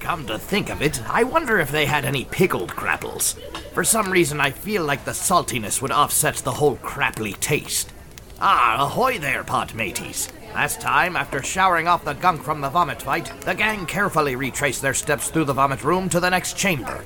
Come to think of it, I wonder if they had any pickled crapples. For some reason, I feel like the saltiness would offset the whole crapply taste. Ah, ahoy there, pot mateys. Last time, after showering off the gunk from the vomit fight, the gang carefully retraced their steps through the vomit room to the next chamber.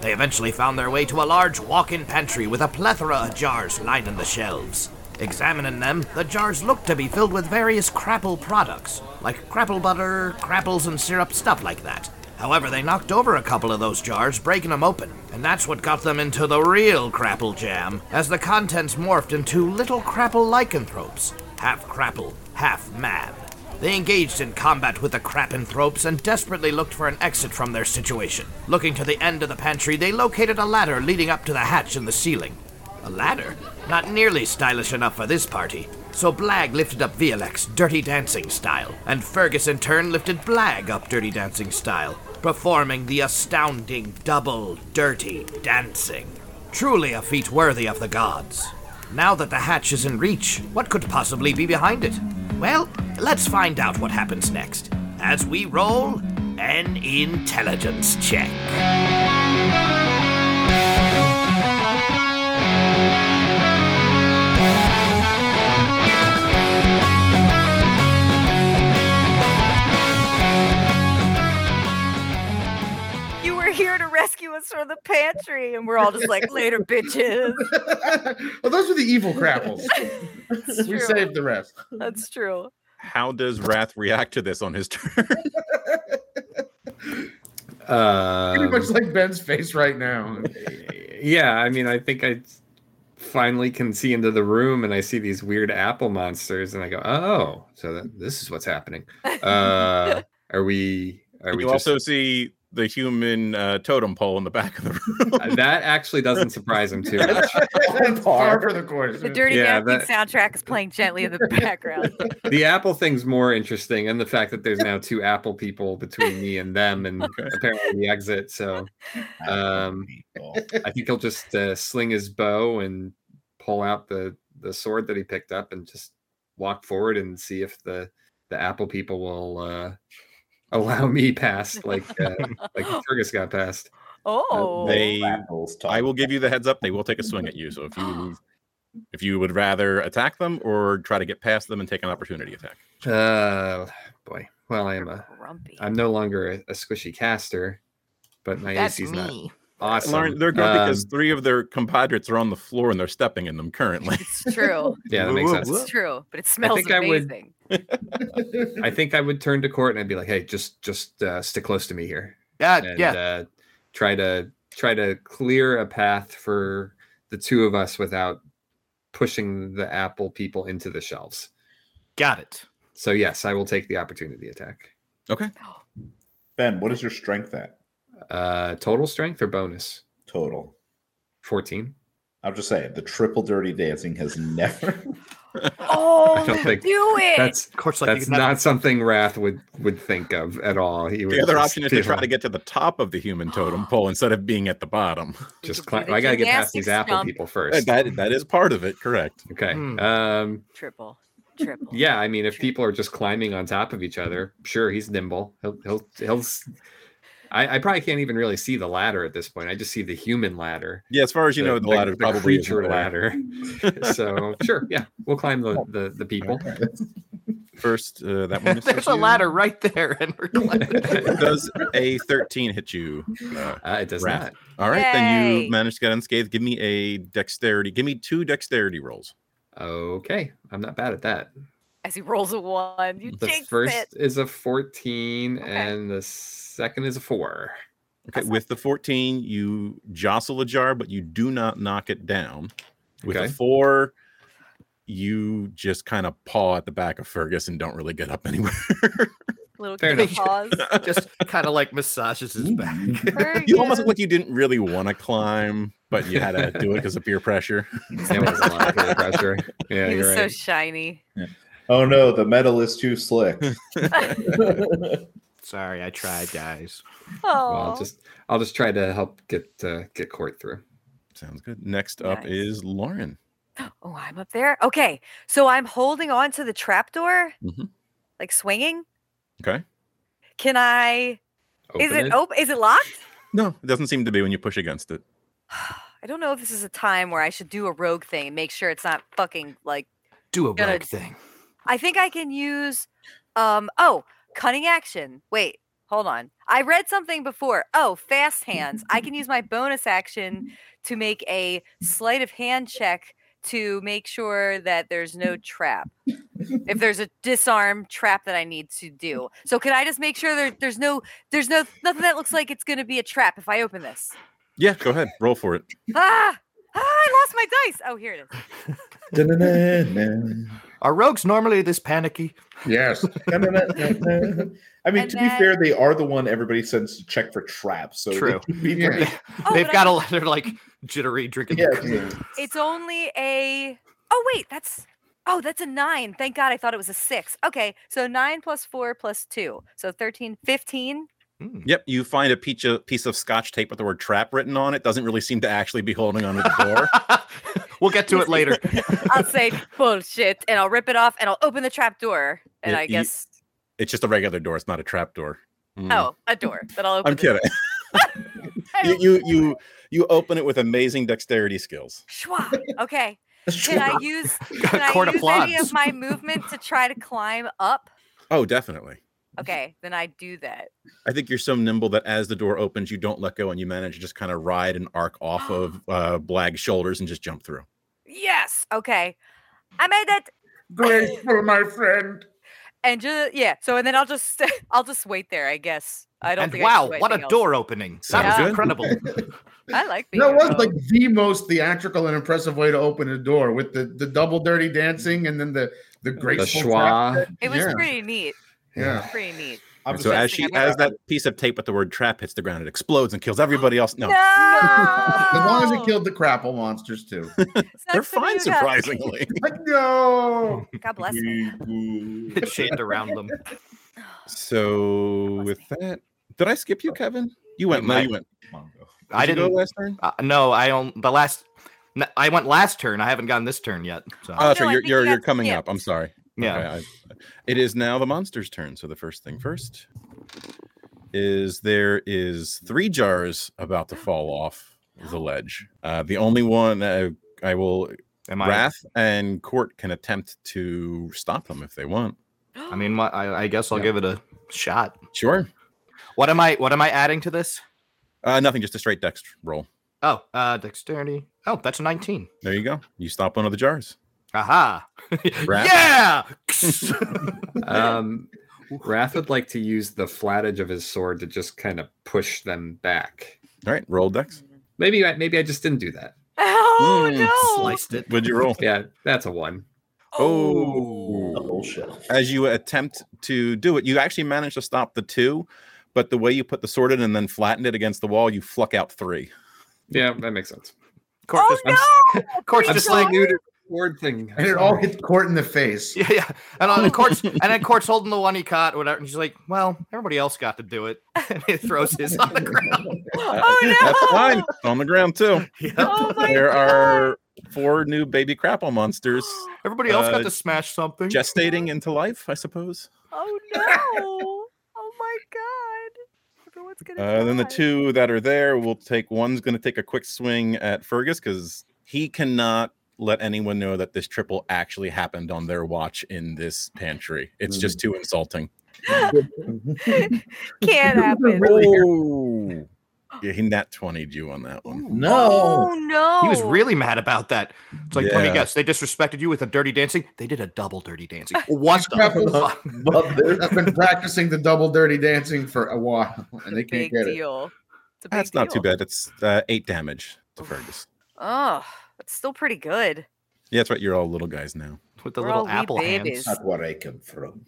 They eventually found their way to a large walk in pantry with a plethora of jars lining the shelves. Examining them, the jars looked to be filled with various crapple products, like crapple butter, crapples and syrup, stuff like that. However, they knocked over a couple of those jars, breaking them open, and that's what got them into the real crapple jam, as the contents morphed into little crapple lycanthropes, half crapple, half man. They engaged in combat with the crapenthropes and desperately looked for an exit from their situation. Looking to the end of the pantry, they located a ladder leading up to the hatch in the ceiling. A ladder? Not nearly stylish enough for this party. So Blag lifted up Vialex, Dirty Dancing style, and Fergus in turn lifted Blag up Dirty Dancing style, performing the astounding double Dirty Dancing. Truly a feat worthy of the gods. Now that the hatch is in reach, what could possibly be behind it? Well, let's find out what happens next as we roll an intelligence check. You were here to rescue us from the pantry, and we're all just like, later, bitches. well, those were the evil crapples. It's we true. saved the rest. That's true. How does Wrath react to this on his turn? Pretty Uh, much like Ben's face right now. yeah, I mean, I think I finally can see into the room and I see these weird apple monsters and I go, oh, so that, this is what's happening. Uh, are we? Are we you just, also see the human uh, totem pole in the back of the room. Uh, that actually doesn't surprise him too much. That's par for the course. The Dirty Yeah, Dancing soundtrack is playing gently in the background. The apple thing's more interesting, and the fact that there's now two apple people between me and them, and apparently the exit. So Um, I think he'll just uh, sling his bow and pull out the the sword that he picked up and just walk forward and see if the the apple people will uh, allow me past, like uh, like Fergus got past. Oh, they, Apples talk. I will give you the heads up. They will take a swing at you. So if you if you would rather attack them or try to get past them and take an opportunity attack, Uh, boy, well uh, I am a grumpy. I'm no longer a, a squishy caster, but my That's AC's not me. awesome. Lauren, they're grumpy because Um, three of their compadres are on the floor and they're stepping in them currently. It's true. yeah, that makes Whoa, sense. whoa. It's true, but it smells think I would- amazing. I think I would turn to court and I'd be like, "Hey, just just uh, stick close to me here, Yeah, and yeah. uh, try to try to clear a path for the two of us without pushing the apple people into the shelves." Got it. So yes, I will take the opportunity attack. Ben, what is your strength at Uh, total strength or bonus? total? Fourteen. I'm just saying the triple dirty dancing has never. Oh, don't think do it. That's Of course, like you that's can have- not something Wrath would would think of at all. He would The other just option is to feel- try to get to the top of the human totem pole instead of being at the bottom. We just. could do Climb. the I gotta get gymnastics past these apple jump. people first. That, that is part of it, correct? Okay. Hmm. Um. Triple, triple. Yeah, I mean, if Sure. people are just climbing on top of each other, sure, he's nimble. He'll he'll he'll. s- I, I probably can't even really see the ladder at this point. I just see the human ladder. Yeah, as far as you know, the, ladder probably isn't creature there. ladder. so sure, yeah, we'll climb the the, the people. First, uh, that one. misses There's a you. ladder right there, and we're climbing. Does a 13 hit you? Uh, Uh, it does Wrath. not. all right, then Yay. you managed to get unscathed. Give me a dexterity. Give me two dexterity rolls. Okay, I'm not bad at that. As he rolls a one, you The jinxed first it. is a 14, Okay. and the second is a four. Okay, with the 14, you jostle a jar, but you do not knock it down. With Okay. the four, you just kind of paw at the back of Fergus and don't really get up anywhere. Little Fair kid enough. paws. Just kind of like massages his back. Very you good. almost look like you didn't really want to climb, but you had to do it because of peer pressure. That was a lot of peer pressure. Yeah, he was you're so right. shiny. oh no, the metal is too slick. Sorry, I tried, guys. Oh, well, I'll just I'll just try to help get uh, get court through. Sounds good. Next up Nice. is Lauren. oh, I'm up there. Okay, so I'm holding on to the trapdoor, Mhm. like swinging. Okay. Can I Open Is it open? Is it locked? No, it doesn't seem to be when you push against it. I don't know if this is a time where I should do a rogue thing and make sure it's not fucking like. Do a Gonna- rogue thing. I think I can use. Um. Oh, cunning action. Wait. Hold on. I read something before. Oh, fast hands. I can use my bonus action to make a sleight of hand check to make sure that there's no trap. if there's a disarm trap that I need to do. So can I just make sure there, there's no there's no nothing that looks like it's going to be a trap if I open this? Yeah, go ahead. Roll for it. Ah! ah, I lost my dice. Oh, here it is. Da-na-na-na. Are rogues normally this panicky? Yes. Da-na-na-na-na. I mean, And to then- be fair, they are the one everybody sends to check for traps. So True. They should be Yeah. pretty- Oh, They've but got I- a lot of like jittery drinking. yeah, It's only a. Oh wait, that's. Oh, that's a nine. Thank God I thought it was a six. Okay, so nine plus four plus two. So 13, 15. Mm. Yep, you find a peach- a piece of scotch tape with the word trap written on it. Doesn't really seem to actually be holding onto the door. we'll get to it later. I'll say bullshit and I'll rip it off and I'll open the trap door. And Yeah, I you- guess. it's just a regular door. It's not a trap door. Mm. Oh, a door that I'll open. I'm the- kidding. I Um, you, don't- you you you open it with amazing dexterity skills. Schwa. Okay. Can I use, can Court I use any applauds. of my movement to try to climb up? Oh, definitely. Okay, then I do that. I think you're so nimble that as the door opens, you don't let go and you manage to just kind of ride an arc off of uh, Blag's shoulders and just jump through. Yes. Okay. I made it. Graceful, my friend. and just yeah so and then i'll just i'll just wait there i guess i don't And think I can wow, do what a anything else. door opening! That Sounds was good. incredible. i like being That was alone. like the most theatrical and impressive way to open a door with the, the double dirty dancing and then the the The graceful. trap. schwa. Oh. it was yeah. pretty neat Yeah. pretty neat I'm so just- as suggesting she I- as that piece of tape with the word trap hits the ground, it explodes and kills everybody else. No, no as As long Oh. as it killed the crapple monsters too. they're fine, surprisingly. But no. god bless me it shaped around them. so with that, did I skip you, Kevin? You went. No, might- you went. Did I you go didn't. last turn. Oh, Uh, no, I don't. The last. n- I went last turn. I haven't gotten this turn yet. So Oh, that's no, I right. You're think you're, you you're got coming skipped. up. I'm sorry. yeah. Okay, I- it is now the monster's turn. So the first thing first is there is three jars about to fall off the ledge. Uh, the only one uh, I will Am I? Wrath and Court can attempt to stop them if they want. I mean, my, I, I guess I'll Yeah. give it a shot. Sure. What am I? What am I adding to this? Uh, nothing, just a straight dex roll. Oh, uh, dexterity. Oh, that's a nineteen. There you go. You stop one of the jars. Aha! Wrath? yeah. Um, Wrath would like to use the flat edge of his sword to just kind of push them back. All right, roll dex. Maybe I, maybe I just didn't do that. oh Mm, no Sliced it. Would you roll? Yeah, that's a one. Oh. Bullshit. As you attempt to do it, you actually manage to stop the two, but the way you put the sword in and then flattened it against the wall, you fluck out three. Yeah, that makes sense. Court oh just, no Court's I'm just still like. new to the sword thing. And it all hits court in the face. Yeah, yeah, and on the courts, and then court's holding the one he caught, whatever. And she's like, "Well, everybody else got to do it." And he throws his on the ground. oh no Uh, That's fine. It's on the ground too. Yeah. oh my there God. are four new baby crapple monsters Everybody else Uh, got to smash something. gestating into life, I suppose. oh no oh my god everyone's gonna Uh, then the die. two that are there will take one's going to take a quick swing at Fergus because he cannot let anyone know that this triple actually happened on their watch in this pantry. It's just too insulting. can't happen Oh. Yeah, he nat 20'd you on that one. No. oh no He was really mad about that. It's like, let me Yeah. guess, they disrespected you with a dirty dancing. They did a double dirty dancing. What the Crapple. fuck? I've been practicing the double dirty dancing for a while, and they It's a can't big get it. deal. It's a big That's not too deal. bad. It's uh, eight damage to Fergus. Oh, that's still pretty good. Yeah, that's right. You're all little guys now. With the We're all little wee apple babies. hands. Not where I come from.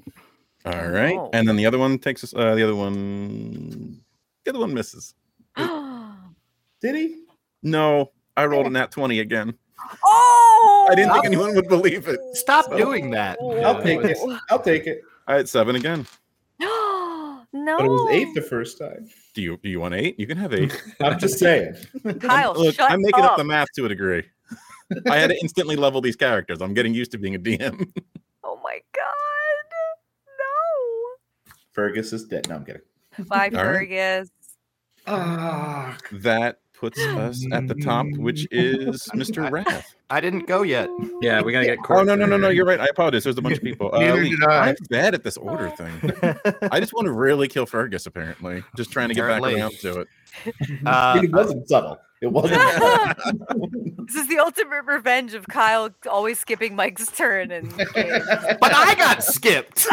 All right. Oh. And then the other one takes us, uh, the other one, the other one misses. oh, Did he? No, I rolled a nat 20 again. I I didn't think anyone would believe it. Stop doing that. I'll take it. I'll take it. I had seven again. no, But it Oh. was eight the first time. Do you do you want eight? You can have eight. I'm just saying. Kyle, Look, shut I'm making Oh, up. up. the math to a degree. I had to instantly level these characters. I'm getting used to being a DM. Oh my god, no! Fergus is dead. No, I'm kidding. Bye, All right. Fergus. Ah, That puts us at the top, which is Mr. Wrath. I didn't go yet. Yeah, we gotta get. Oh Court no, no, no, no! there. You're right. I apologize. There's a bunch of people. Uh, Neither Lee, did I. I'm bad at this order thing. I just want to really kill Fergus. Apparently, just trying to get back Apparently. around to it. Uh, it wasn't subtle. It wasn't. this is the ultimate revenge of Kyle always skipping Mike's turn and games. but I got skipped.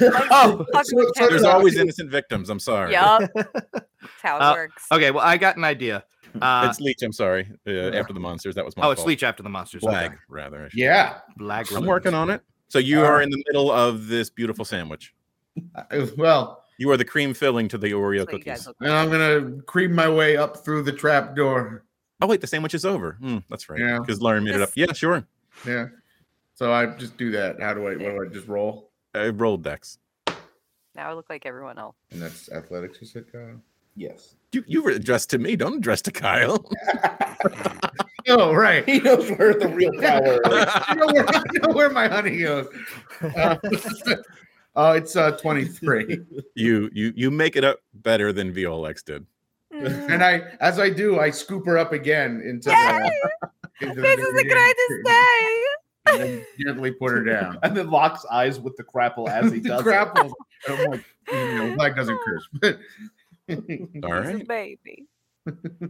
oh, Fuck with him. There's always innocent victims. I'm sorry. Yup. That's how it Uh, works. okay, well, I got an idea. oh, Uh, It's Leech. I'm sorry. Uh, after the monsters, that was my oh, it's fault. Leech after the monsters. Flag, Okay. rather. I should- yeah. Black I'm working on it. So you are in the middle of this beautiful sandwich. I- Well, You are the cream filling to the Oreo That's what you guys cookies. look and I'm gonna creep my way up through the trap door. Oh wait, the sandwich is over. Hmm, that's right. Yeah. Because Lauren made it up. This- Yeah, sure. Yeah. So I just do that. How do I? What do I just roll? I rolled Dex. Now I look like everyone else. And that's athletics. You said, Kyle? yes. You you were addressed to me. Don't address to Kyle. Oh, right. He knows where the real power is. I know where, I know where my honey goes. Uh, oh, it's uh, 23. you you you make it up better than VOLX did. And I, as I do, I scoop her up again into Mm. Yay! the. Into This is the greatest day. And then gently put her down. And then locks eyes with the crapple as he The does. it. grapple. I'm like, you know, black doesn't curse. But All He's a right. baby.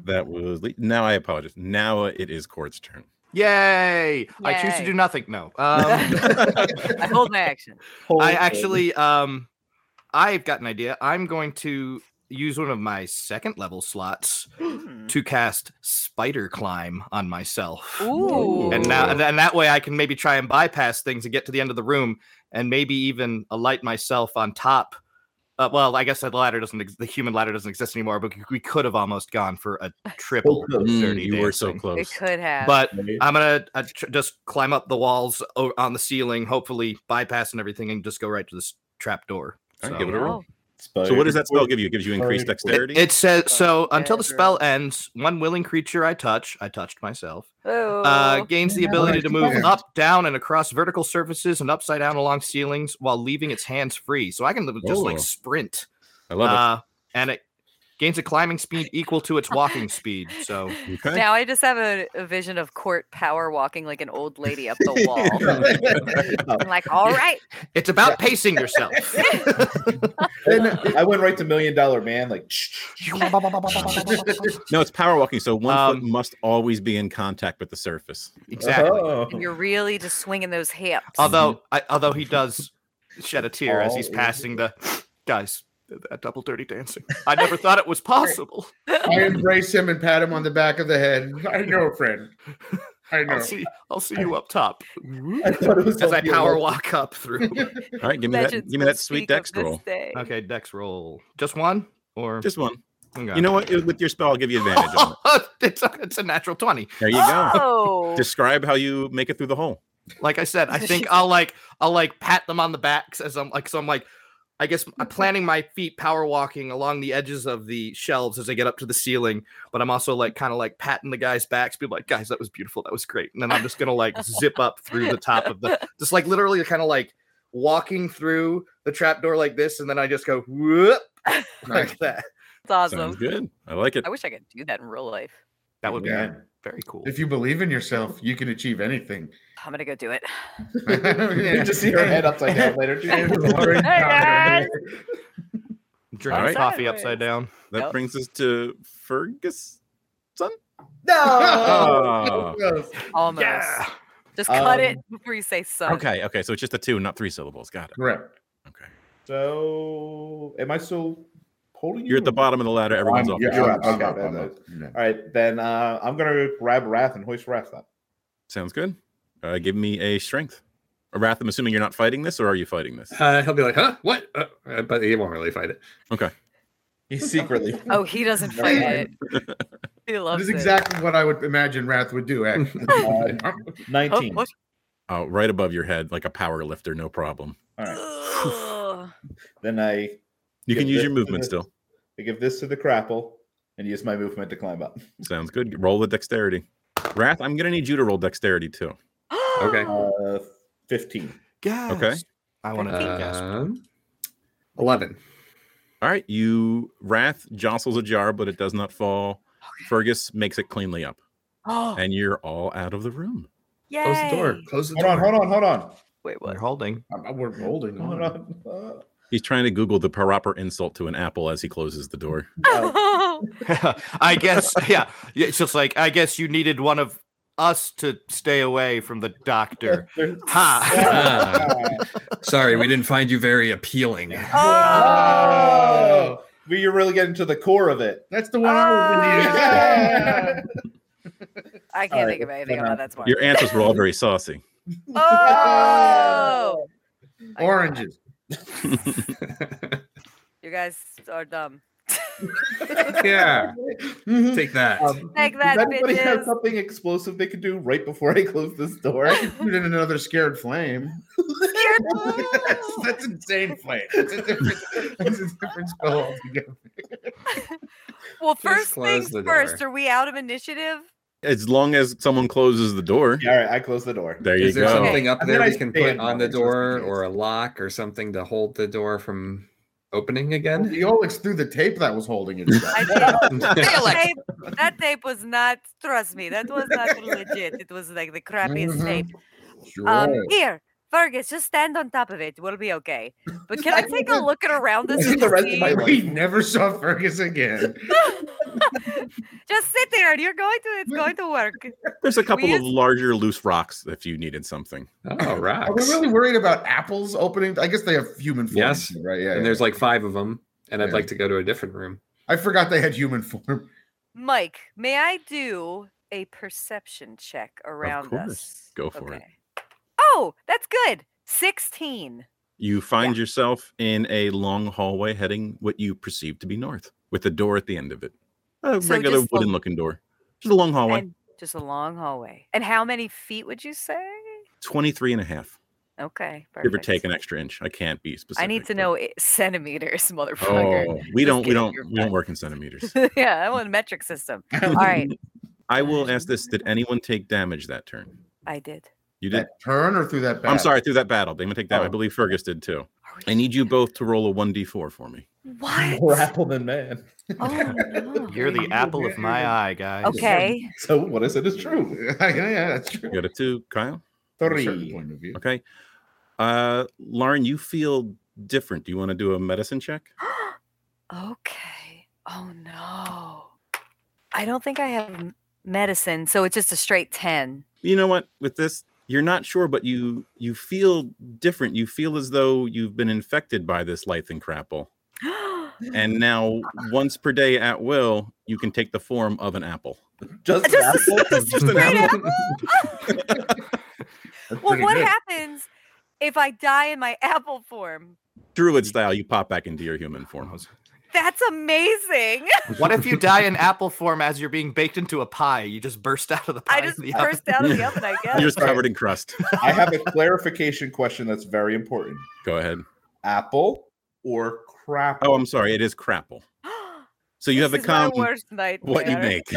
That was Le- now I apologize. Now it is Court's turn. Yay! I choose to Yay. do nothing. No. Um, I hold my action. Holy I shit. actually, um, I've got an idea. I'm going to use one of my second level slots Hmm. to cast Spider Climb on myself. Ooh. And now, and, and that way, I can maybe try and bypass things and get to the end of the room, and maybe even alight myself on top. Uh, well, I guess the ladder doesn't, ex- the human ladder doesn't exist anymore, but we could have almost gone for a triple close. dirty. Oh, hmm, Mm, you were so dancing. it close. could have. But I'm gonna uh, tr- just climb up the walls o- on the ceiling, hopefully bypassing everything, and just go right to this trap door. All right, So- give it a roll. Spider- So what does that spell give you? It gives you increased Sorry. dexterity. It says so until the Whatever. spell ends. One willing creature I touch, I touched myself, oh. uh, gains the Yeah, ability to move yeah. up, down, and across vertical surfaces and upside down along ceilings while leaving its hands free. So I can li- just Oh. like sprint, I love uh, and it gains a climbing speed equal to its walking speed. So it. Okay. Now I just have a, a vision of Court power walking like an old lady up the wall. I'm like, all right. it's about pacing yourself. Then I went right to Million Dollar Man. Like, No, it's power walking, so one foot Um, must always be in contact with the surface. exactly. oh. And you're really just swinging those hips. Oh, Mm-hmm. Although, I, although he does shed a tear as All he's is- passing the guys. That double dirty dancing. I never thought it was possible. I embrace him and pat him on the back of the head. I know, friend. I know. I'll see. I'll see you up top I thought it was as I gonna be a power little- walk up through. All right, give me that. Legends Give me will that sweet speak of dex this roll. day. Okay, Dex roll. Just one or Just one. Okay. You know what? It- With your spell, I'll give you advantage. on it. it's, a, it's a natural twenty. There you go. Oh. Describe how you make it through the hole. Like I said, I think I'll like I'll like pat them on the backs as I'm like so I'm like I guess I'm planning my feet power walking along the edges of the shelves as I get up to the ceiling, but I'm also like kind of like patting the guys' backs, be like, guys, that was beautiful, that was great. And then I'm just gonna like zip up through the top of the just like literally kind of like walking through the trapdoor like this, and then I just go whoop Nice. like that. It's awesome. Sounds good. I like it. I wish I could do that in real life. That would be Yeah. very cool. If you believe in yourself, you can achieve anything. I'm gonna go do it. You just see her head upside down later. Lauren guys. Drinking Alright. coffee upside down. That Nope. brings us to Fergus. no. Oh. Almost. Just cut it before you say son. Um, Okay. Okay. So it's just a two, not three syllables. Got it. Correct. Okay. So, am I still holding you? You're at the bottom of the ladder. Everyone's I'm- off. yeah, your I'm- feet. up, up, up, up. All right, then uh, I'm gonna grab Wrath and hoist Wrath up. Sounds good. Uh, give me a strength. Uh, Wrath, I'm assuming you're not fighting this, or are you fighting this? Uh, he'll be like, "Huh? What?" Uh, uh, but he won't really fight it. He's secretly. Oh, he doesn't fight it. He This loves is it. exactly what I would imagine Wrath would do. Actually, Uh, Oh, 19. what- Oh, right above your head, like a power lifter, no problem. oh. All right. Ugh. Then I, You Yeah, can use the- your movement the- still. I give this to the crapple and use my movement to climb up. Sounds good. Roll with dexterity. Wrath, I'm gonna need you to roll dexterity too. Okay. Uh, 15. Gas. I uh, want to Um, Eleven. All right, you Wrath jostles a jar, but it does not fall. Fergus makes it cleanly up, Oh, and you're all out of the room. yay. Close the door. Close the Hold door. on, hold on, hold on. Wait, what? They're holding. I'm- We're holding Hold on. on. Uh, He's trying to Google the proper insult to an apple as he closes the door. Oh. I guess, yeah. yeah, It's just like, I guess you needed one of us to stay away from the doctor. there's- Ha! Ah. Sorry, we didn't find you very appealing. Oh. Oh, but you're really getting to the core of it. That's the one I was Ah! Yeah. I All can't right, think of anything. I'm not that smart. Your answers were all very saucy. Oh, reading. Oranges. you guys are dumb. yeah, Mhm. Mm-hmm. take that. Um, Take does that, anybody have bitches. something explosive they could do right before I close this door? Shoot in another scared flame. that's, that's insane flame. That's a different, that's a different spell altogether. Well, Just first close things the first. door. Are we out of initiative? As long as someone closes the door, Yeah, all right, I close the door. there you Is there go. something up And there then I we can stay put in on the Robert's, just in door case. or a lock or something to hold the door from opening again? Eolix threw the tape that was holding it. shut. I Alex. did. That tape, that tape was not. Trust me, that was not legit. It was like the crappiest Mm-hmm. Mhm. tape. Sure. Um, here, Fergus, just stand on top of it. We'll be okay. But can I take a look at around us? This is and the just rest of see- my life. we never saw Fergus again. Just sit there. You're going to. It's going to work. There's a couple of Weird. larger loose rocks if you needed something. Oh, Are we rocks. really worried about apples opening? I guess they have human form. Yes. Right. Yeah. And there's like five of them, and I'd Yeah. like to go to a different room. I forgot they had human form. Mike, may I do a perception check around course. us? Go for it. Oh, that's good. 16. You find yourself in a long hallway heading what you perceive to be north, with a door at the end of it. A So regular just a- wooden looking door. Just a long hallway, And just a long hallway. And how many feet would you say? 23 and a half, Okay. give or perfect. take an extra inch. I can't be specific. I need to but- know i- centimeters, motherfucker. Oh, we Just don't, we kidding, don't, you're we don't work in centimeters. yeah, I want a metric system. All right. I will ask this: Did anyone take damage that turn? I did. You did. That turn or through that back? I'm sorry, through that battle. They take that. I Oh. believe Fergus did too. Are we I need you both to roll a 1d4 for me. What? More apple than man. Oh, no. You're the apple of my eye, guys. Okay. So what is it is true. yeah, yeah, that's true. You got a two, Kyle? From a certain Three. point of view. Okay. Uh, Lauren, you feel different. Do you want to do a medicine check? okay. Oh no. I don't think I have m- medicine, so it's just a straight 10. You know what? With this, you're not sure, but you you feel different. You feel as though you've been infected by this lything crapple, and now once per day at will, you can take the form of an apple. Just, Just a apple? Just an Straight apple. That's well, pretty what good. happens if I die in my apple form? Druid style, you pop back into your human form. That's amazing. What if you die in apple form as you're being baked into a pie? You just burst out of the pie. I into just the oven. burst out of the oven, I guess. You're just covered in crust. I have a clarification question that's very important. Go ahead. Apple or crap? Oh, I'm sorry. It is crapple. So you This have the is my com worst what you nightmare. make.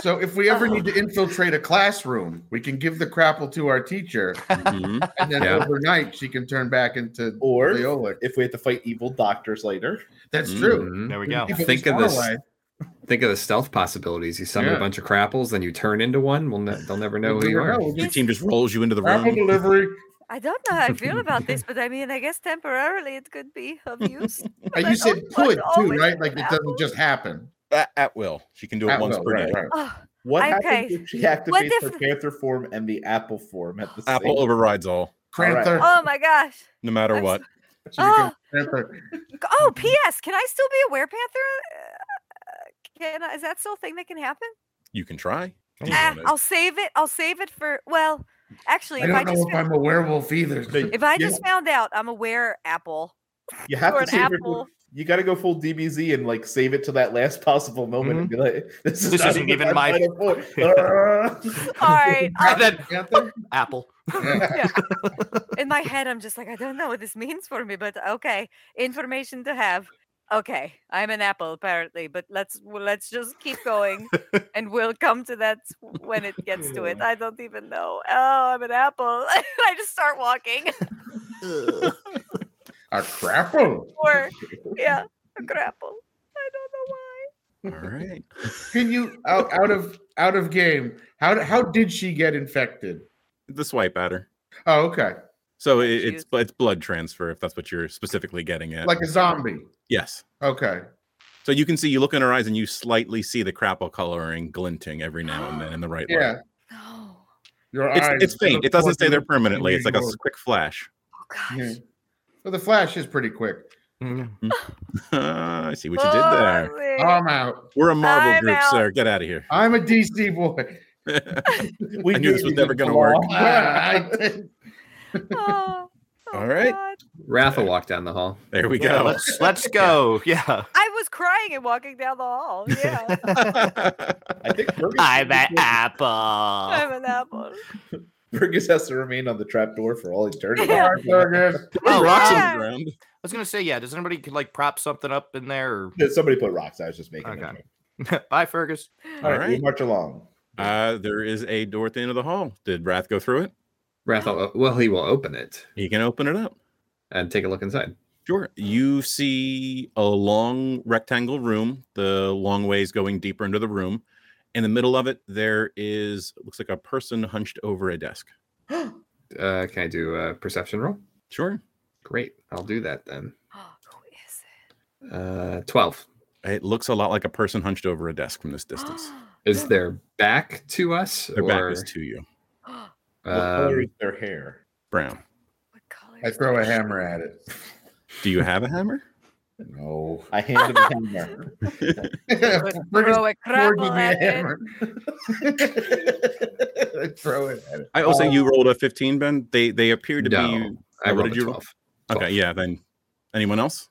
So if we ever Oh. need to infiltrate a classroom, we can give the crapple to our teacher, Mhm. and then Yeah. overnight she can turn back into Or- Leolic. if we had to fight evil doctors later. That's true. Mhm. There we go. If it Think was of this- Starlight, Think of the stealth possibilities. You summon Yeah. a bunch of crapples, then you turn into one. We'll ne- they'll never know we who you don't are. know, "Oh, we'll Your just- team just rolls you into the Crapple room. delivery. Uh, I don't know how I feel about this, but I mean, I guess temporarily it could be of use. but And I you said don't want could to too, always right? have Like it apple. doesn't just happen. At, at will. She can do it At once will, per right, day. right. Oh, What Okay. happens if she activates her if- panther form and the apple form at the Apple same overrides all, right. Cranther. oh my gosh. no matter I'm what. So you Oh, can Cranther. oh, Mm-hmm. P.S. Can I still be a werepanther? Uh, Can I, is that still a thing that can happen? You can try. if you Ah, want it. I'll save it. I'll save it for well. Actually, I if I, don't know just if fou- I'm a werewolf either. if I Yeah. just found out I'm a were apple, You have Or to an save your- apple. you got to go full DBZ and like save it to that last possible moment and be like, "This, is This not isn't even my- final form." Uh, all right. And then Cranther? apple. In my head, I'm just like I don't know what this means for me, but okay, information to have. Okay, I'm an apple apparently, but let's well, let's just keep going, and we'll come to that when it gets to it. I don't even know. Oh, I'm an apple. I just start walking. Ah, A crapple. or yeah, a grapple. I don't know why. All right. Can you out, out of out of game? How how did she get infected? The swipe at her. Oh, okay, So it, it's it's blood transfer if that's what you're specifically getting at. like a zombie. yes. Okay, So you can see you look in her eyes and you slightly see the crapple coloring glinting every now and then in the right light. yeah, No. your eyes. It's, it's faint. It doesn't stay there permanently. It's like a Yeah. quick flash. Oh gosh. Yeah. So the flash is pretty quick. I see what you did Oh, there. Um, Holy- I'm out. We're a Marvel I'm group, out. sir. Get out of here. I'm a DC boy. I knew this was never going to work. I did. Oh, oh, All right. God. Ratha walked down the hall. There we Yeah, go. let's let's go. Yeah. I was crying and walking down the hall. Yeah. I think Fergus, I'm an I'm apple. an apple. Fergus has to remain on the trap door for all eternity. Yeah. Fergus. Oh, Rocks Roxy. on I Yeah. the ground. was gonna say, yeah. Does anybody could like prop something up in there? Somebody put rocks. I was just making. Okay. that joke. Or... Bye, Fergus. All right, we Alright. march along. Uh, there is a door at the end of the hall. Did Wrath go through it? Ratha, well, he will open it He can open it up. and take a look inside. Sure. You see a long rectangle room, the long ways going deeper into the room. In the middle of it, there is looks like a person hunched over a desk. Uh, can I do a perception roll? Sure. Great, I'll do that then. Who is Uh, Twelve. It looks a lot like a person hunched over a desk from this distance. Is their back to us? Their or, back is to you. What color um, is their hair? Brown. What color? I is throw a that? hammer at it. Do you have a hammer? No, I hand him a hammer. Would Fergus Throw a forged crapple me at a it. hammer. I throw it at it. I Oh. also you rolled a 15, Ben. They they appear to be No, I Oh, what rolled did a you roll? twelve. Okay, yeah, then anyone else?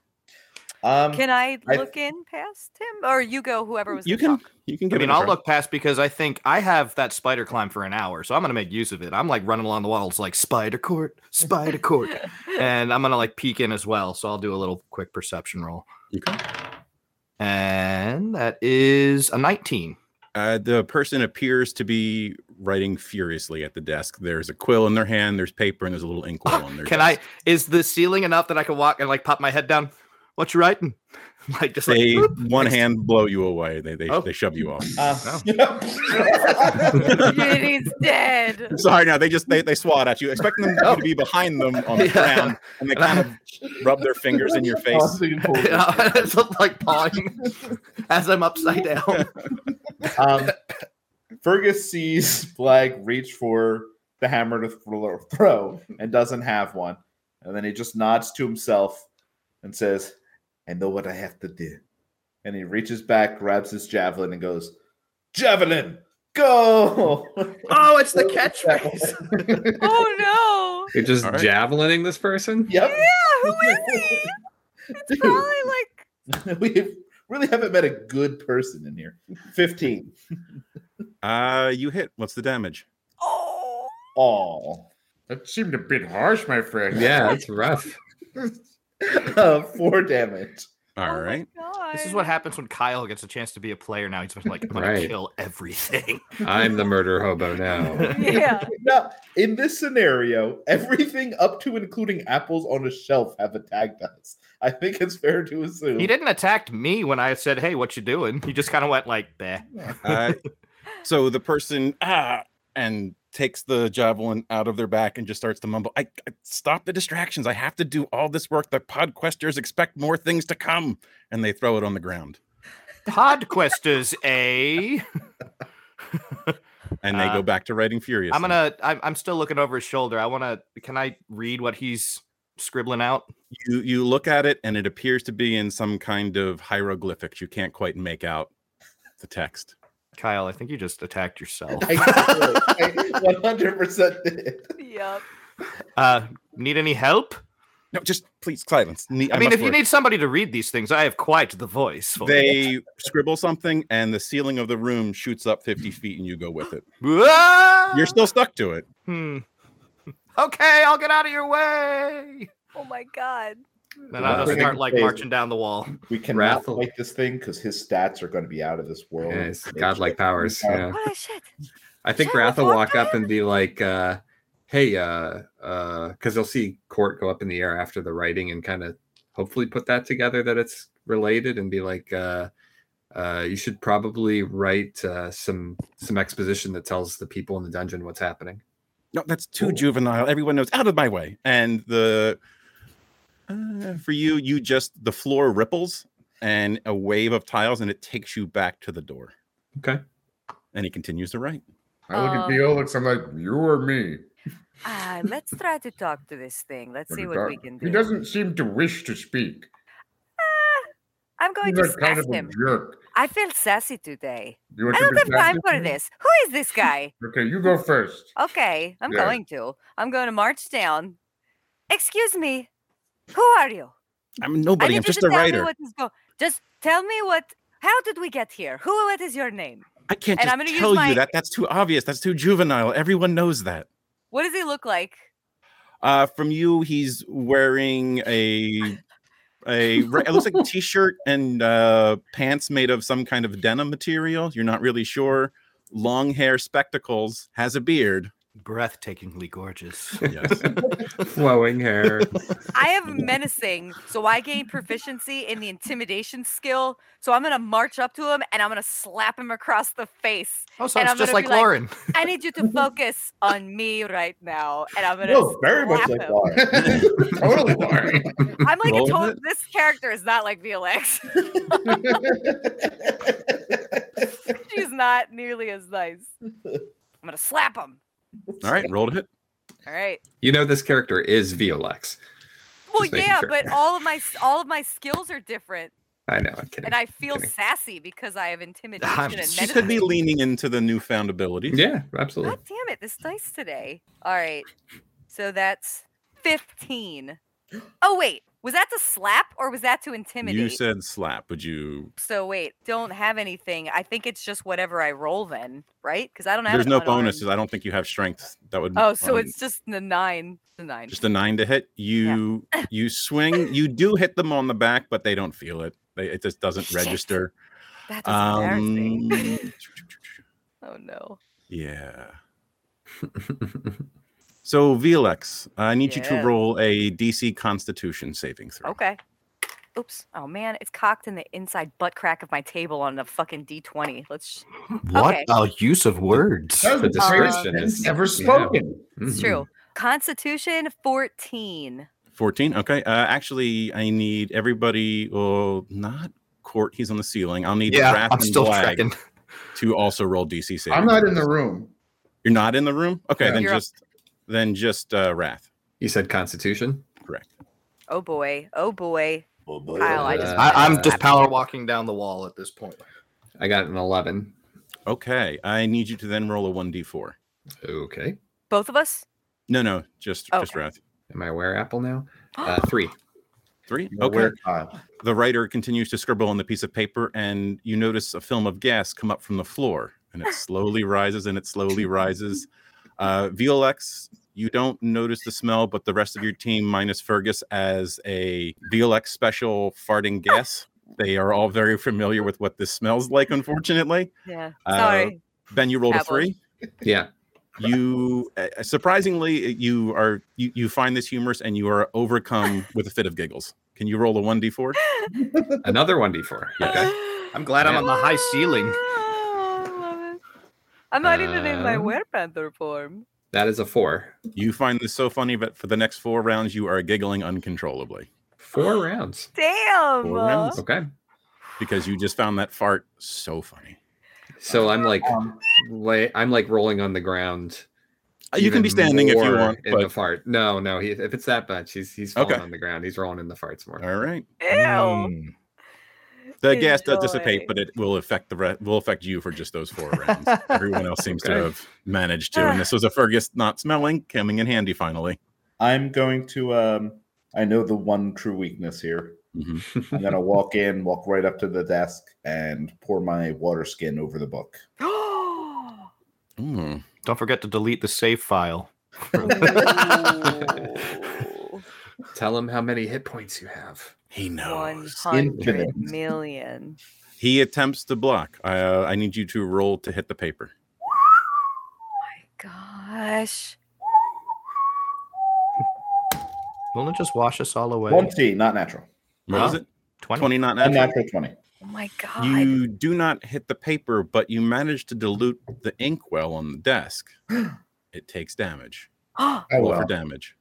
Um, Can I I- look in past him, or you go? Whoever was. You gonna can talk. you can I give mean, it a I'll try. look past because I think I have that spider climb for an hour, so I'm gonna make use of it. I'm like running along the walls, like spider court, spider court, and I'm gonna like peek in as well. So I'll do a little quick perception roll, Okay. and that is a 19. Uh, the person appears to be writing furiously at the desk. There's a quill in their hand. There's paper and there's a little inkwell on their. Oh, Can I? desk. Is the ceiling enough that I can walk and like pop my head down? What you writing? Like just They like one hand blow you away. They they, Oh. they shove you off. uh, Unity's dead. Sorry, no, they just they, they swat at you, expecting them to be behind them on Oh. the Yeah. ground, and they kind of rub their fingers in your face. it's like pawing as I'm upside down. um, Fergus sees Flag reach for the hammer to thro- throw and doesn't have one. And then he just nods to himself and says, I know what I have to do. And he reaches back, grabs his javelin, and goes, Javelin, go! Oh, it's the catchphrase. Oh You're just All right. javelining this person. no! yep. Yeah, who is he? It's Dude. probably like we really haven't met a good person in here. 15. Uh, you hit. What's the damage? oh. All. That seemed a bit harsh, my friend. Yeah, it's rough. uh, four damage. Oh oh All right. This is what happens when Kyle gets a chance to be a player. Now he's like, I'm gonna Right. kill everything. I'm the murder hobo now. happens. Yeah. Now, in this scenario, everything up to including apples on a shelf have attacked us. I think it's fair to assume. He didn't attack me when I said, "Hey, what you doing?" He just kind of went like, "Bah." Uh, so the person ah, and takes the javelin out of their back and just starts to mumble. I, I stop the distractions. I have to do all this work. The podquesters expect more things to come, and they throw it on the ground Podquesters, eh? and they Uh, go back to writing furiously. I'm gonna. I'm, I'm still looking over his shoulder. I want to. Can I read what he's scribbling out? You you look at it, and it appears to be in some kind of hieroglyphics. You can't quite make out the text. Kyle, I think you just attacked yourself. One hundred percent did. Yep. uh, need any help? No, just please silence. Ne- I, mean, must if you work. need somebody to read these things, I have quite the voice. For it. They scribble something, and the ceiling of the room shoots up 50 feet, and you go with it. Whoa! You're still stuck to it. Ah! Hmm. Okay, I'll get out of your way. Oh my god. Then I'll Wow. just start like Crazy. marching down the wall. We cannot Raffle. fight this thing because his stats are going to be out of this world. Yeah, it's godlike powers. Uh, Yeah. What a shit. I think Shut Wrath will up, walk up and be like, uh, "Hey, uh, uh," because they'll see Court go up in the air after the writing and kind of hopefully put that together that it's related and be like, uh, uh, you should probably write uh, some some exposition that tells the people in the dungeon what's happening. No, that's too juvenile. Everyone knows. Out of my way. And the uh, for you, you just the floor ripples and a wave of tiles, and it takes you back to the door. Okay. And he continues to write. I look at Um, Beolix. I'm like, you or me? Ah, let's try to talk to this thing. Let's But see he what we don't- can He do. doesn't seem to wish to speak. I'm going He's to like kind sass of a him. jerk. I feel sassy today. You want I to don't be have time sassy? for this. Who is this guy? Okay, you go first. Okay, I'm Yeah. going to. I'm going to march down. Excuse me. Who are you? I'm I nobody. need I'm you just to a tell me writer. what is go- Just tell me what. How did we get here? Who? What is your name? I can't and just I'm gonna use tell my- you that. That's too obvious. That's too juvenile. Everyone knows that. What does he look like? Uh, from you, he's wearing a a re- it looks like a t-shirt and uh, pants made of some kind of denim material. You're not really sure. Long hair, spectacles, has a beard. Breathtakingly gorgeous. Yes. Flowing hair. I am menacing, so I gain proficiency in the intimidation skill. So I'm gonna march up to him and I'm gonna slap him across the face. Oh, And sounds I'm just like gonna be like- Lauren. I need you to focus on me right now, and I'm gonna. No, very much slap like him. Lauren. totally, Lauren. I'm like Roll a with total. it. This character is not like VLX. She's not nearly as nice. I'm gonna slap him. All right, roll to hit. All right. you know this character is Violex. Well, Just making yeah, sure. but all of my s- all of my skills are different, I know. I'm kidding. and I feel kidding. sassy because I have intimidation I'm- and She could menacing. be leaning into the newfound abilities. yeah, absolutely. God damn it! This dice today. All right. So that's fifteen. Oh wait, was that to slap or was that to intimidate? You said slap. Would you? So wait, don't have anything. I think it's just whatever I roll then, right? Because I don't have. There's an no unarmed. bonuses. I don't think you have strength. That would. Oh, so um, it's just the nine, the nine. just a nine to hit. You you swing. You do hit them on the back, but they don't feel it. They, it just doesn't Shit. register. That's embarrassing. Um, oh no. yeah. So Velex, I need you Yeah. to roll a DC Constitution saving throw. Okay. Oops. Oh man, it's cocked in the inside butt crack of my table on a fucking d20. Let's. Sh- What Okay. a use of words. That was The the greatest description sentence is- ever yeah. spoken. It's Mhm. true. Mm-hmm. Constitution 14. Fourteen. Okay. Uh, actually, I need everybody. Oh, not Court. He's on the ceiling. I'll need Yeah, Wrath I'm and still Blag tracking. to also roll DC saving. I'm not in the throws. room. You're not in the room. Okay, Yeah. then You're up. just then just uh, Wrath. You said Constitution. Correct. Oh boy. Oh boy. Kyle, I just. Uh, I, I'm just power walking down the wall at this point. I got an eleven. Okay, I need you to then roll a 1d4. Okay. both of us? No, no, just just Okay. Wrath. Am I aware apple now? Uh, three. 3. You're Okay. aware, Kyle. The writer continues to scribble on the piece of paper and you notice a film of gas come up from the floor and it slowly rises and it slowly rises. Uh Violex, you don't notice the smell but the rest of your team minus Fergus as a Violex special farting gas. They are all very familiar with what this smells like unfortunately. yeah. Uh, Sorry. Ben you rolled a Apples. 3. Yeah. you uh, surprisingly you are you, you find this humorous and you are overcome with a fit of giggles can you roll a 1d4 Another one d four. Okay. I'm glad I'm on the high ceiling. Ah, I love it. I'm not even in my Um, werepanther form. That is a four. you find this so funny but for the next four rounds you are giggling uncontrollably Four rounds. Damn. four uh, rounds? Okay. because you just found that fart so funny So I'm like, Um, lay, I'm like rolling on the ground. Uh, you can be even standing if you more want In the but fart. No, no. He, if it's that much, he's he's falling Okay. on the ground. He's rolling in the farts more. all right Ew. Oh, Hmm. the gas does dissipate Enjoy. but it will affect the re- will affect you for just those four rounds everyone else seems to Okay. have managed to and this was a fergus not smelling coming in handy finally I'm going to. Um, I know the one true weakness here. Mhm. Mm-hmm. I'm gonna walk in, walk right up to the desk, and pour my water skin over the book. Mm. Don't forget to delete the save file. Ooh, Tell him how many hit points you have. he knows 100 Infinite. million. He attempts to block. Uh, I need you to roll to hit the paper. Gosh. Won't it just wash us all away? One T, not natural. What is it? 20? 20 not A natural. natural 20. Oh my god. You do not hit the paper, but you manage to dilute the ink well on the desk. It takes damage. oh. Oh, Roll well. for damage.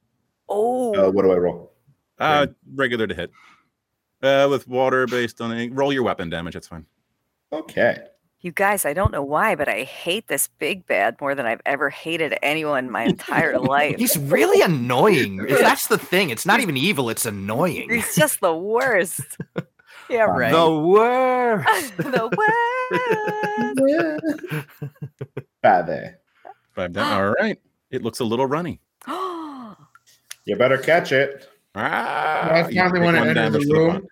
Uh, what do I roll? Uh, regular to hit. Uh, with water based on ink. Roll your weapon damage. That's fine. Okay. You guys, I don't know why, but I hate this big bad more than I've ever hated anyone in my entire life. He's really annoying. If that's the thing. It's not even evil. It's annoying. He's just the worst. Yeah, Fine. right. The worst. the worst. Bad there. Five down. All right. It looks a little runny. Oh! You better catch it. uh, Ah, I you finally take want to one enter damage the for the room.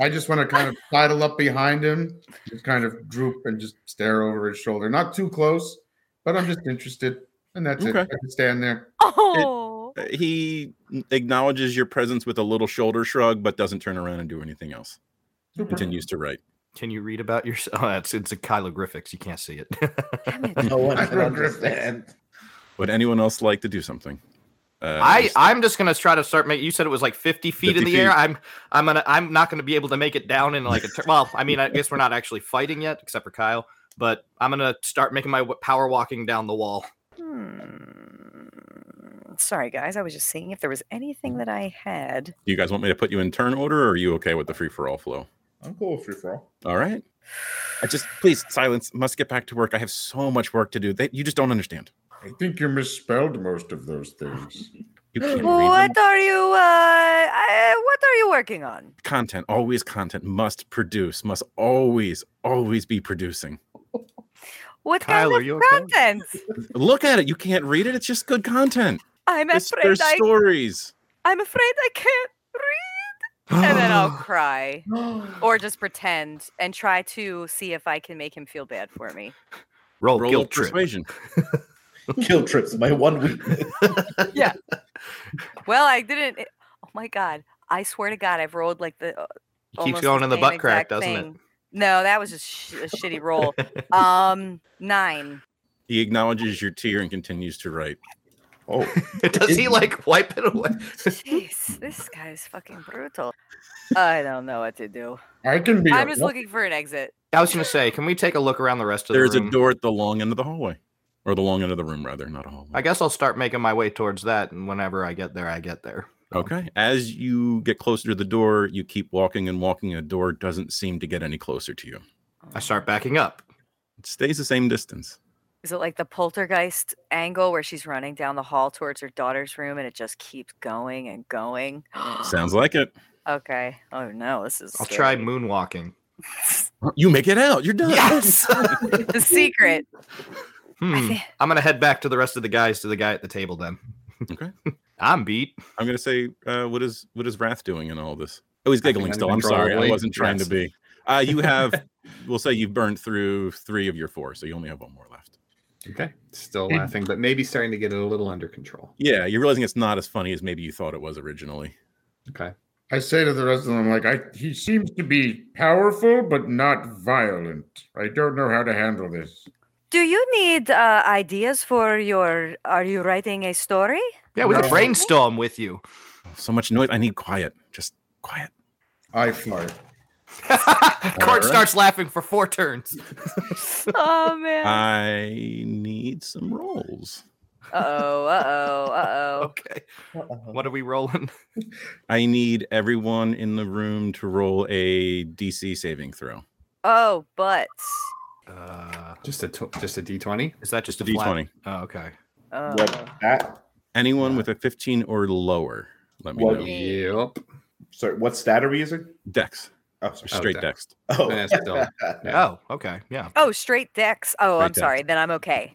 I just want to kind of sidle up behind him, just kind of droop and just stare over his shoulder. Not too close, but I'm just interested. And that's it. Okay. I can stand there. oh. Uh, he acknowledges your presence with a little shoulder shrug, but doesn't turn around and do anything else. Super. Continues to write. Can you read about your? Oh, it's it's a chylographics. You can't see it. Damn it. No one I can understand. Would anyone else like to do something? Uh, I just- I'm just gonna try to start making. You said it was like 50 feet in 50 the air. feet. I'm I'm gonna I'm not gonna be able to make it down in like a. Ter- well, I mean, I guess we're not actually fighting yet, except for Kyle. But I'm gonna start making my w- power walking down the wall. Hmm. Sorry, guys. I was just seeing if there was anything that I had. do you guys want me to put you in turn order, or are you okay with the free for all flow? I'm cool with free for all. All right. I just please silence. Must get back to work. I have so much work to do. They, you just don't understand. I think you misspelled most of those things. You can't read What them. are you? Uh, uh, what are you working on? content. Always content. Must produce. Must always always be producing. What Kyle, are kind you of okay? content? Look at it. You can't read it. It's just good content. I'm It's, afraid there's I. stories. I'm afraid I can't read. And then I'll cry, or just pretend and try to see if I can make him feel bad for me. roll, Roll guilt of trip. persuasion. Kill trips, my one weakness. Well, I didn't. it- oh my god! I swear to God, I've rolled like the. uh, It keeps almost going in the same butt crack, exact doesn't it? thing. No, that was just sh- a shitty roll. Um, nine. He acknowledges your tear and continues to write. Oh, Does he like wipe it away? Jeez, this guy is fucking brutal. I don't know what to do. I can be. I'm just looking for an exit. I was gonna say, can we take a look around the rest of There's the a room? door at the long end of the hallway, or the long end of the room, rather, not a hallway. I guess I'll start making my way towards that, and whenever I get there, I get there. Okay. As you get closer to the door, you keep walking and walking. and The door doesn't seem to get any closer to you. I start backing up. It stays the same distance. Is it like the poltergeist angle where she's running down the hall towards her daughter's room and it just keeps going and going? Sounds like it. okay. Oh no, this is. I'll try scary. moonwalking. You make it out. You're done. Yes. the secret. Hmm. thi- I'm gonna head back to the rest of the guys to the guy at the table then. Okay. I'm beat. I'm gonna say, uh, what is what is Wrath doing in all this? Oh, he's giggling I'm still. I'm sorry. I controlling. wasn't trying Yes. to be. Uh, you have, we'll say you've burned through three of your four, so you only have one more left. Okay. Still laughing, but maybe starting to get it a little under control. Yeah, you're realizing it's not as funny as maybe you thought it was originally. Okay. I say to the rest of them, like, I he seems to be powerful but not violent. I don't know how to handle this. Do you need uh, ideas for your? Are you writing a story? Yeah, we No. could brainstorm with you. So much noise. I need quiet. Just quiet. I fart. Court starts laughing for four turns. Oh man. Uh I need some rolls. oh. Uh oh. Uh oh. Okay. What are we rolling? I need everyone in the room to roll a DC saving throw. Oh, but. Uh, Just a tw- just a D twenty. is that just a It's a flat- D20. Oh, okay. Uh, what that? Anyone with a 15 or lower, let me Well, know. Yep. Sorry, what stat are we using? Dex, Oh, sorry. straight Dex. Dex. Oh, Yeah, still. Yeah. Oh, okay. Yeah. oh, straight decks. Oh, Straight I'm decks. sorry. Then I'm okay.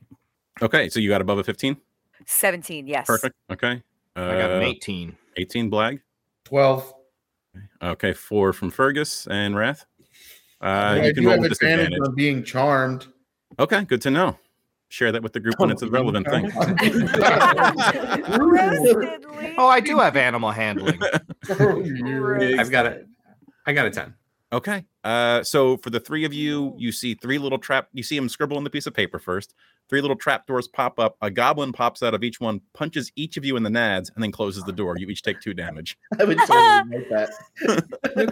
Okay, so you got above a 15? Seventeen. Yes. Perfect. Okay. Uh, I got an 18. 18 Blag. 12. Okay, four from Fergus and Wrath. Uh, I you do can roll have with advantage disadvantage. on being charmed. Okay, good to know. Share that with the group Oh, when it's a relevant thing. Roasted Oh, Lee. I do have animal handling. Oh, you- I've got a I got a ten. Okay. Uh, so for the three of you, you see three little trap. You see him scribble on the piece of paper first. Three little trap doors pop up. A goblin pops out of each one, punches each of you in the nads, and then closes the door. You each take two damage. I would totally make that.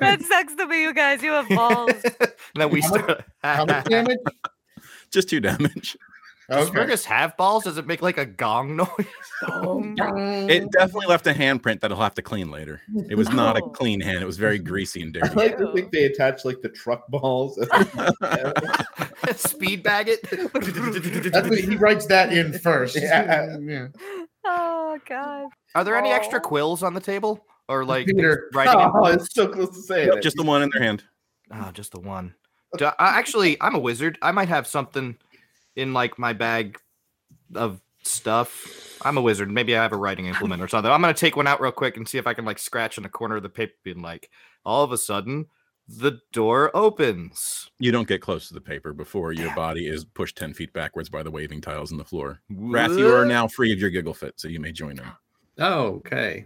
that sucks to be you guys. You have balls. And then we How much- start. How much damage? Just two damage. Does Okay. Fergus have balls? Does it make like a gong noise? It definitely left a handprint that he'll have to clean later. It was not a Oh. clean hand. It was very greasy and I dirty. like to think they attach like the truck balls. Speed bag That's what, it. he writes that in first. Yeah. Yeah. oh god. Are there any extra quills on the table? Or like Peter. writing? in- oh, it's so close to saying it. Just the one in their hand. Oh, just the one. Do- I- actually, I'm a wizard. I might have something in like my bag of stuff. I'm a wizard. Maybe I have a writing implement or something. I'm gonna take one out real quick and see if I can like scratch in the corner of the paper. And like, all of a sudden, the door opens. You don't get close to the paper before your body is pushed 10 feet backwards by the waving tiles on the floor. Wrath, you are now free of your giggle fit, so you may join them. Oh, okay.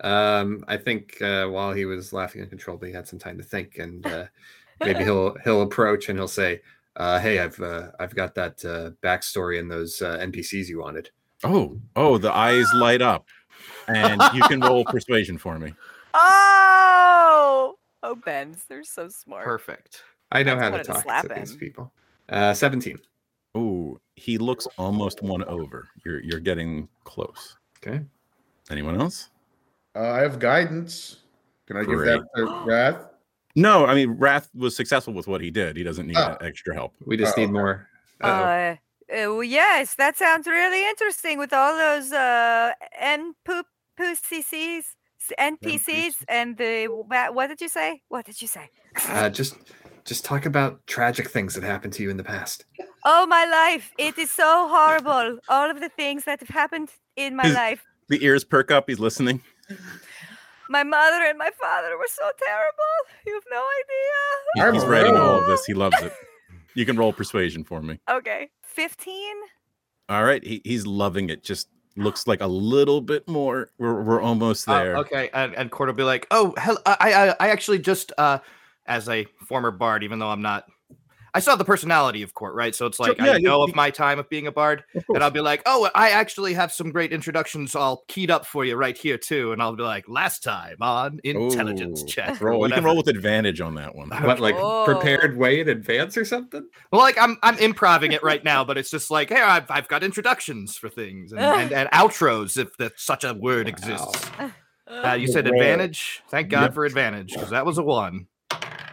Um, I think uh, while he was laughing uncontrollably, he had some time to think, and uh, maybe he'll he'll approach and he'll say, uh, "Hey, I've uh, I've got that uh, backstory and those uh, NPCs you wanted." Oh, oh, the eyes light up. And you can roll persuasion for me. Oh. Oh, Ben's. They're so smart. Perfect. I know I how wanted to to talk slap to these him. people. Uh, Seventeen. Oh, he looks almost won over. You're you're getting close. Okay. Anyone else? Uh, I have guidance. Can I give that to Wrath? No, I mean Wrath was successful with what he did. He doesn't need Ah. Oh. extra help. We just Oh, need more. Uh, Uh, uh, well, yes, that sounds really interesting with all those uh N poop PCCs, NPCs, and the wha- what did you say? What did you say? uh, just just talk about tragic things that happened to you in the past. Oh my life! It is so horrible. All of the things that have happened in my Is- life. The ears perk up, he's listening. My mother and my father were so terrible. You have no idea. He- he's Armor writing all of roll. this. He loves it. You can roll persuasion for me. Okay, fifteen. All right. He, he's loving it. Just looks like a little bit more. We're, we're almost Uh, there. okay, and, and Court will be like, "Oh, hell, I, I, I actually just, uh, as a former bard, even though I'm not, I saw the personality of Court, right? So it's Sure, like yeah, I you- know of you- my time of being a bard, and I'll be like, "Oh, I actually have some great introductions all keyed up for you right here too," and I'll be like, "Last time on intelligence Ooh, check, or Roll. You can whatever." roll with advantage on that one. What like prepared Oh. way in advance or something? Well, like I'm, I'm improving it right now, but it's just like, hey, I've, I've got introductions for things and, and, and outros if that such a word exists. Uh, you said Roll. advantage. Thank God Yep. for advantage because that was a one,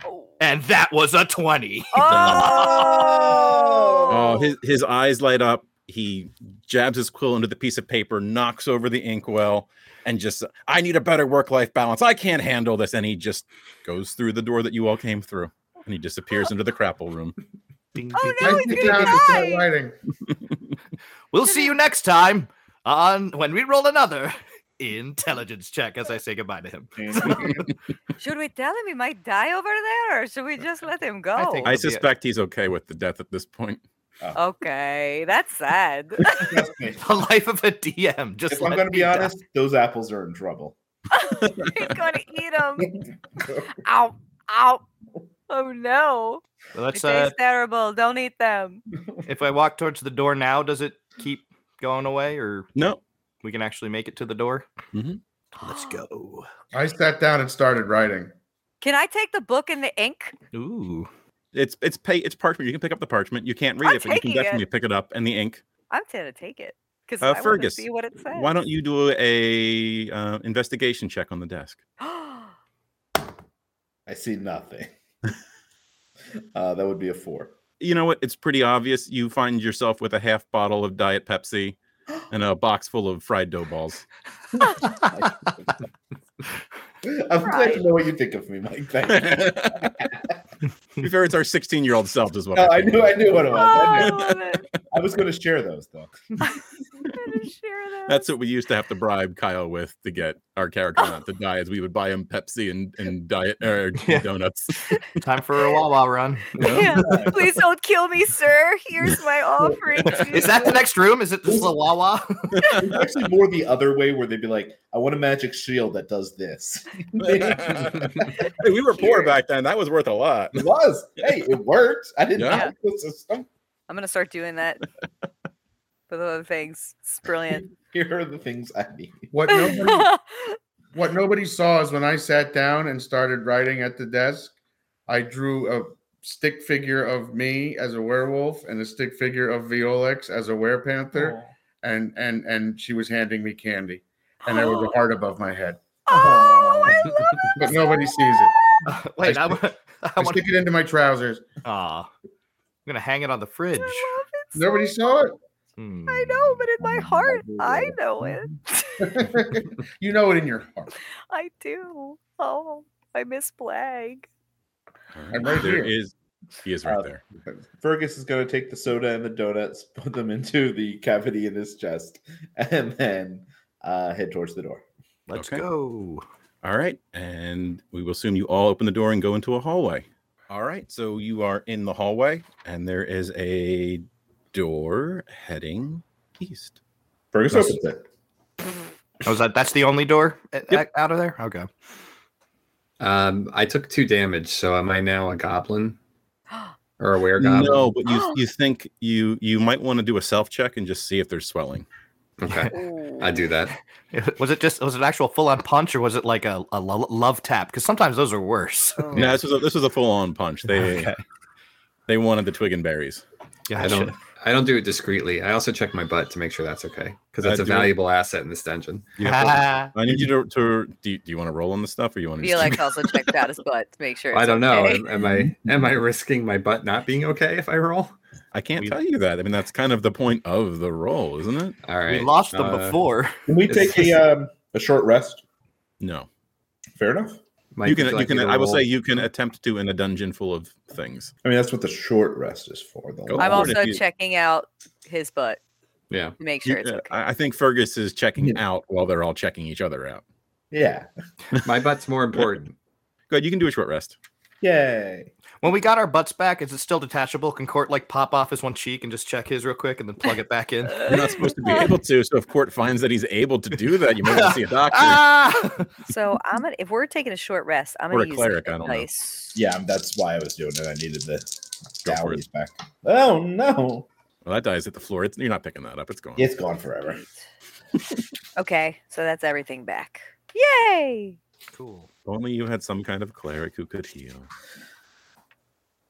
Oh. and that was a twenty. Oh, Oh. his, his eyes light up. He jabs his quill into the piece of paper, knocks over the inkwell, and just, I need a better work life balance. I can't handle this. And he just goes through the door that you all came through and he disappears into the crapple room. Oh, no, I he's sit gonna down and start die. writing. We'll see you next time on when we roll another intelligence check. As I say goodbye to him, Should we tell him he might die over there, or should we just let him go? I think- That'll I be it. suspect he's okay with the death at this point. Okay, that's sad. Trust me. the life of a DM. Just If I'm let going to me be die. honest, those apples are in trouble. He's gonna eat him. ow, ow. Oh no. It Let's. tastes Uh, terrible. Don't eat them. if I walk towards the door now, does it keep going away, or No, we can actually make it to the door? Mhm. Let's go. I sat down and started writing. Can I take the book and the ink? Ooh. it's it's pay it's parchment. You can pick up the parchment. You can't read I'm it, but you can taking it. definitely pick it up and the ink. I'm gonna take it because Uh, I want to Fergus, see what it says. Why don't you do a uh, investigation check on the desk? Oh, I see nothing. Uh, that would be a four. you know what? It's pretty obvious. You find yourself with a half bottle of Diet Pepsi and a box full of fried dough balls. I'm glad Right. to know what you think of me, Mike. Thank To you. be fair, it's our 16 year old selves as well. No, Oh, I knew, I knew what it oh, was. I, I knew. love it. I was going to share those though. I'm gonna share That's what we used to have to bribe Kyle with to get our character not to die. Is we would buy him Pepsi and and diet or Yeah. donuts. Time for a Wawa run. Yeah. Please don't kill me, sir. Here's my offering. to Is that the next room? Is it just the Wawa? It's actually more the other way where they'd be like, I want a magic shield that does this. it Hey, we were poor back then. That was worth a lot. was. Hey, it worked. I didn't Yeah. have the system. I'm gonna start doing that for the other things. It's brilliant. Here are the things I need. What nobody, what nobody saw is when I sat down and started writing at the desk, I drew a stick figure of me as a werewolf and a stick figure of Violex as a Oh. werepanther, and and and she was handing me candy, and there was a heart above my head, oh, I love it. but nobody sees it. Wait, I, wa- I I want. stick it into my trousers. Aw. I'm gonna hang it on the fridge. I love it. so Nobody saw it. Hmm. I know, but in my heart, I know it. Mm-hmm. you know it in your heart. I do. Oh, I miss Blag. I'm right There here. is- he is right Uh, there. Fergus is going to take the soda and the donuts, put them into the cavity in his chest, and then uh, head towards the door. Let's Okay. go. All right. And we will assume you all open the door and go into a hallway. All right. So you are in the hallway, and there is a door heading east. Fergus Yes. opens it. I was like, Oh, that's the only door a- a- out of there? Okay. Um, I took two damage, so am I now a goblin or a weregoblin? No, but you you think you you might want to do a self check and just see if there's swelling. Okay, I do that. Was it just, was it an actual full on punch or was it like a, a lo- love tap? Because sometimes those are worse. Oh. No, this was a, this was a full on punch. They Okay. they wanted the twig and berries. I don't. I don't do it discreetly. I also check my butt to make sure that's okay because Uh, that's a do it. valuable asset in this dungeon. Gotcha. I need you to, to do, you- do you want to roll on the stuff or you want to? Felix also checked out his butt to make sure. It's I don't know. okay. Am, am I am I risking my butt not being okay if I roll? I can't tell you that. I mean, that's kind of the point of the roll, isn't it? All right. we lost them uh, before. Can we take a, um, a short rest? No, Fair enough. Mike, you can would you like me can. to I will roll? say you can attempt to in a dungeon full of things. I mean, that's what the short rest is for. The Go long- I'm Lord, if also you- checking out his butt Yeah. to make You- sure it's uh, okay. I I think Fergus is checking out while they're all checking each other out. yeah. My butt's more important. Good, you can do a short rest. Yay. When we got our butts back, is it still detachable? Can Court like pop off his one cheek and just check his real quick and then plug it back in? You're not supposed to be able to. So if Court finds that he's able to do that, you may want to see a doctor. ah! So I'm gonna. If we're taking a short rest, I'm Or gonna a use cleric, I don't know. advice. Yeah, that's why I was doing it. I needed the Go for dowries back. Oh no, Well, that dies at the floor. It's, you're not picking that up. It's gone. it's gone forever. Okay, so that's everything back. Yay! cool. If only you had some kind of cleric who could heal.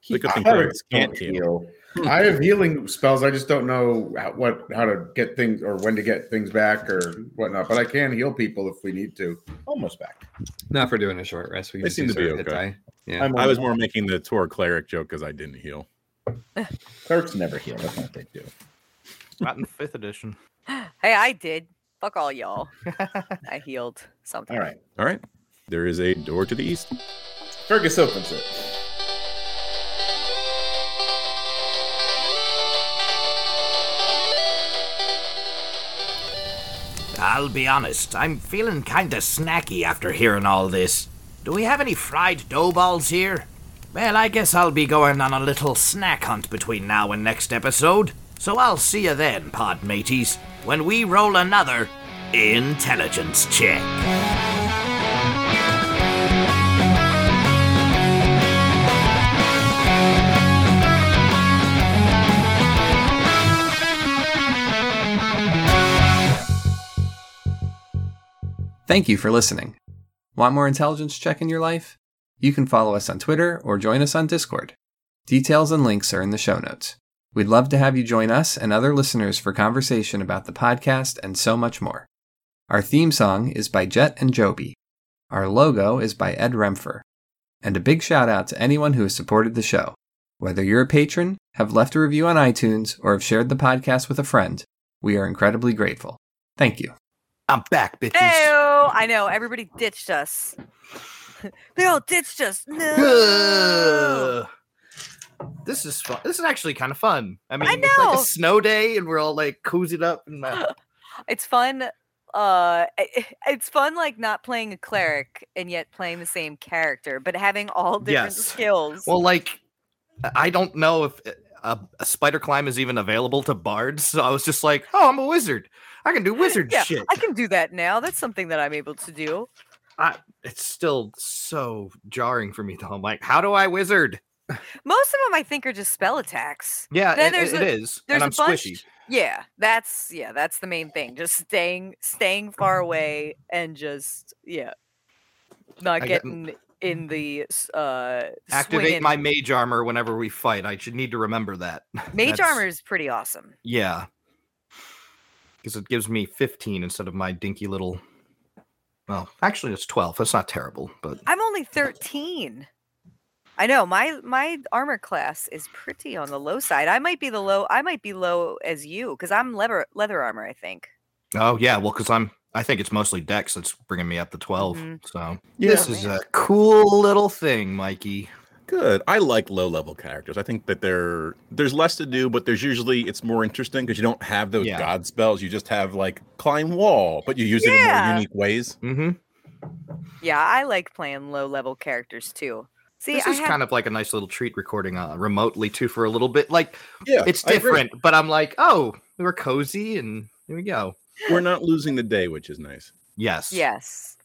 He- Look up in Pirates clerics, can't heal. I have healing spells. I just don't know how, what how to get things or when to get things back or whatnot. But I can heal people if we need to. Almost back. Not for doing a short rest. We They just seem use to be our hit okay. die. Yeah. I was more making the Tor cleric joke because I didn't heal. clerics never heal. That's not what they do. Not in fifth edition. Hey, I did. Fuck all y'all. I healed something. All right, All right. There is a door to the east. Fergus opens it. I'll be honest, I'm feeling kinda snacky after hearing all this. Do we have any fried dough balls here? Well, I guess I'll be going on a little snack hunt between now and next episode. So I'll see you then, pod mateys, when we roll another intelligence check. Thank you for listening. Want more intelligence check in your life? You can follow us on Twitter or join us on Discord. Details and links are in the show notes. We'd love to have you join us and other listeners for conversation about the podcast and so much more. Our theme song is by Jet and Joby. Our logo is by Ed Remfer. And a big shout out to anyone who has supported the show. Whether you're a patron, have left a review on iTunes, or have shared the podcast with a friend, we are incredibly grateful. Thank you. I'm back, bitches. Hey, I know. Everybody ditched us. they all ditched us. No. This is fun. This is actually kind of fun. I mean, I it's like know. a snow day, and we're all like cozied up. And uh, It's fun. Uh, it's fun like not playing a cleric and yet playing the same character, but having all different Yes. skills. Well, like, I don't know if a, a spider climb is even available to bards, so I was just like, oh, I'm a wizard. I can do wizard yeah, shit. I can do that now. That's something that I'm able to do. It's still so jarring for me, though. I'm like, how do I wizard? Most of them, I think, are just spell attacks. Yeah, Then it- there's it- a- it is. there's And a I'm bunch- squishy. Yeah, that's yeah, that's the main thing. Just staying staying far away and just yeah, not I get- getting in the s- uh Activate swinging. my mage armor whenever we fight. I should need to remember that. mage that's- armor is pretty awesome. Yeah. Because it gives me 15 instead of my dinky little. Well, actually, it's 12. That's not terrible, but I'm only 13. I know my my armor class is pretty on the low side. I might be the low. I might be low as you because I'm leather leather armor. I think. Oh yeah, well, because I'm. I think it's mostly Dex that's bringing me up to 12 Mhm. So Yeah. this is a cool little thing, Mikey. Good. I like low level characters. I think that there there's less to do, but there's usually it's more interesting because you don't have those Yeah. god spells. You just have like climb wall, but you use it in Yeah. more unique ways. Mm-hmm. Yeah, I like playing low level characters too. See, this I is had- kind of like a nice little treat recording uh, remotely too for a little bit. Like Yeah, it's I agree. different, but I'm like, oh, we were cozy, and here we go. We're not losing the day, which is nice. Yes. yes.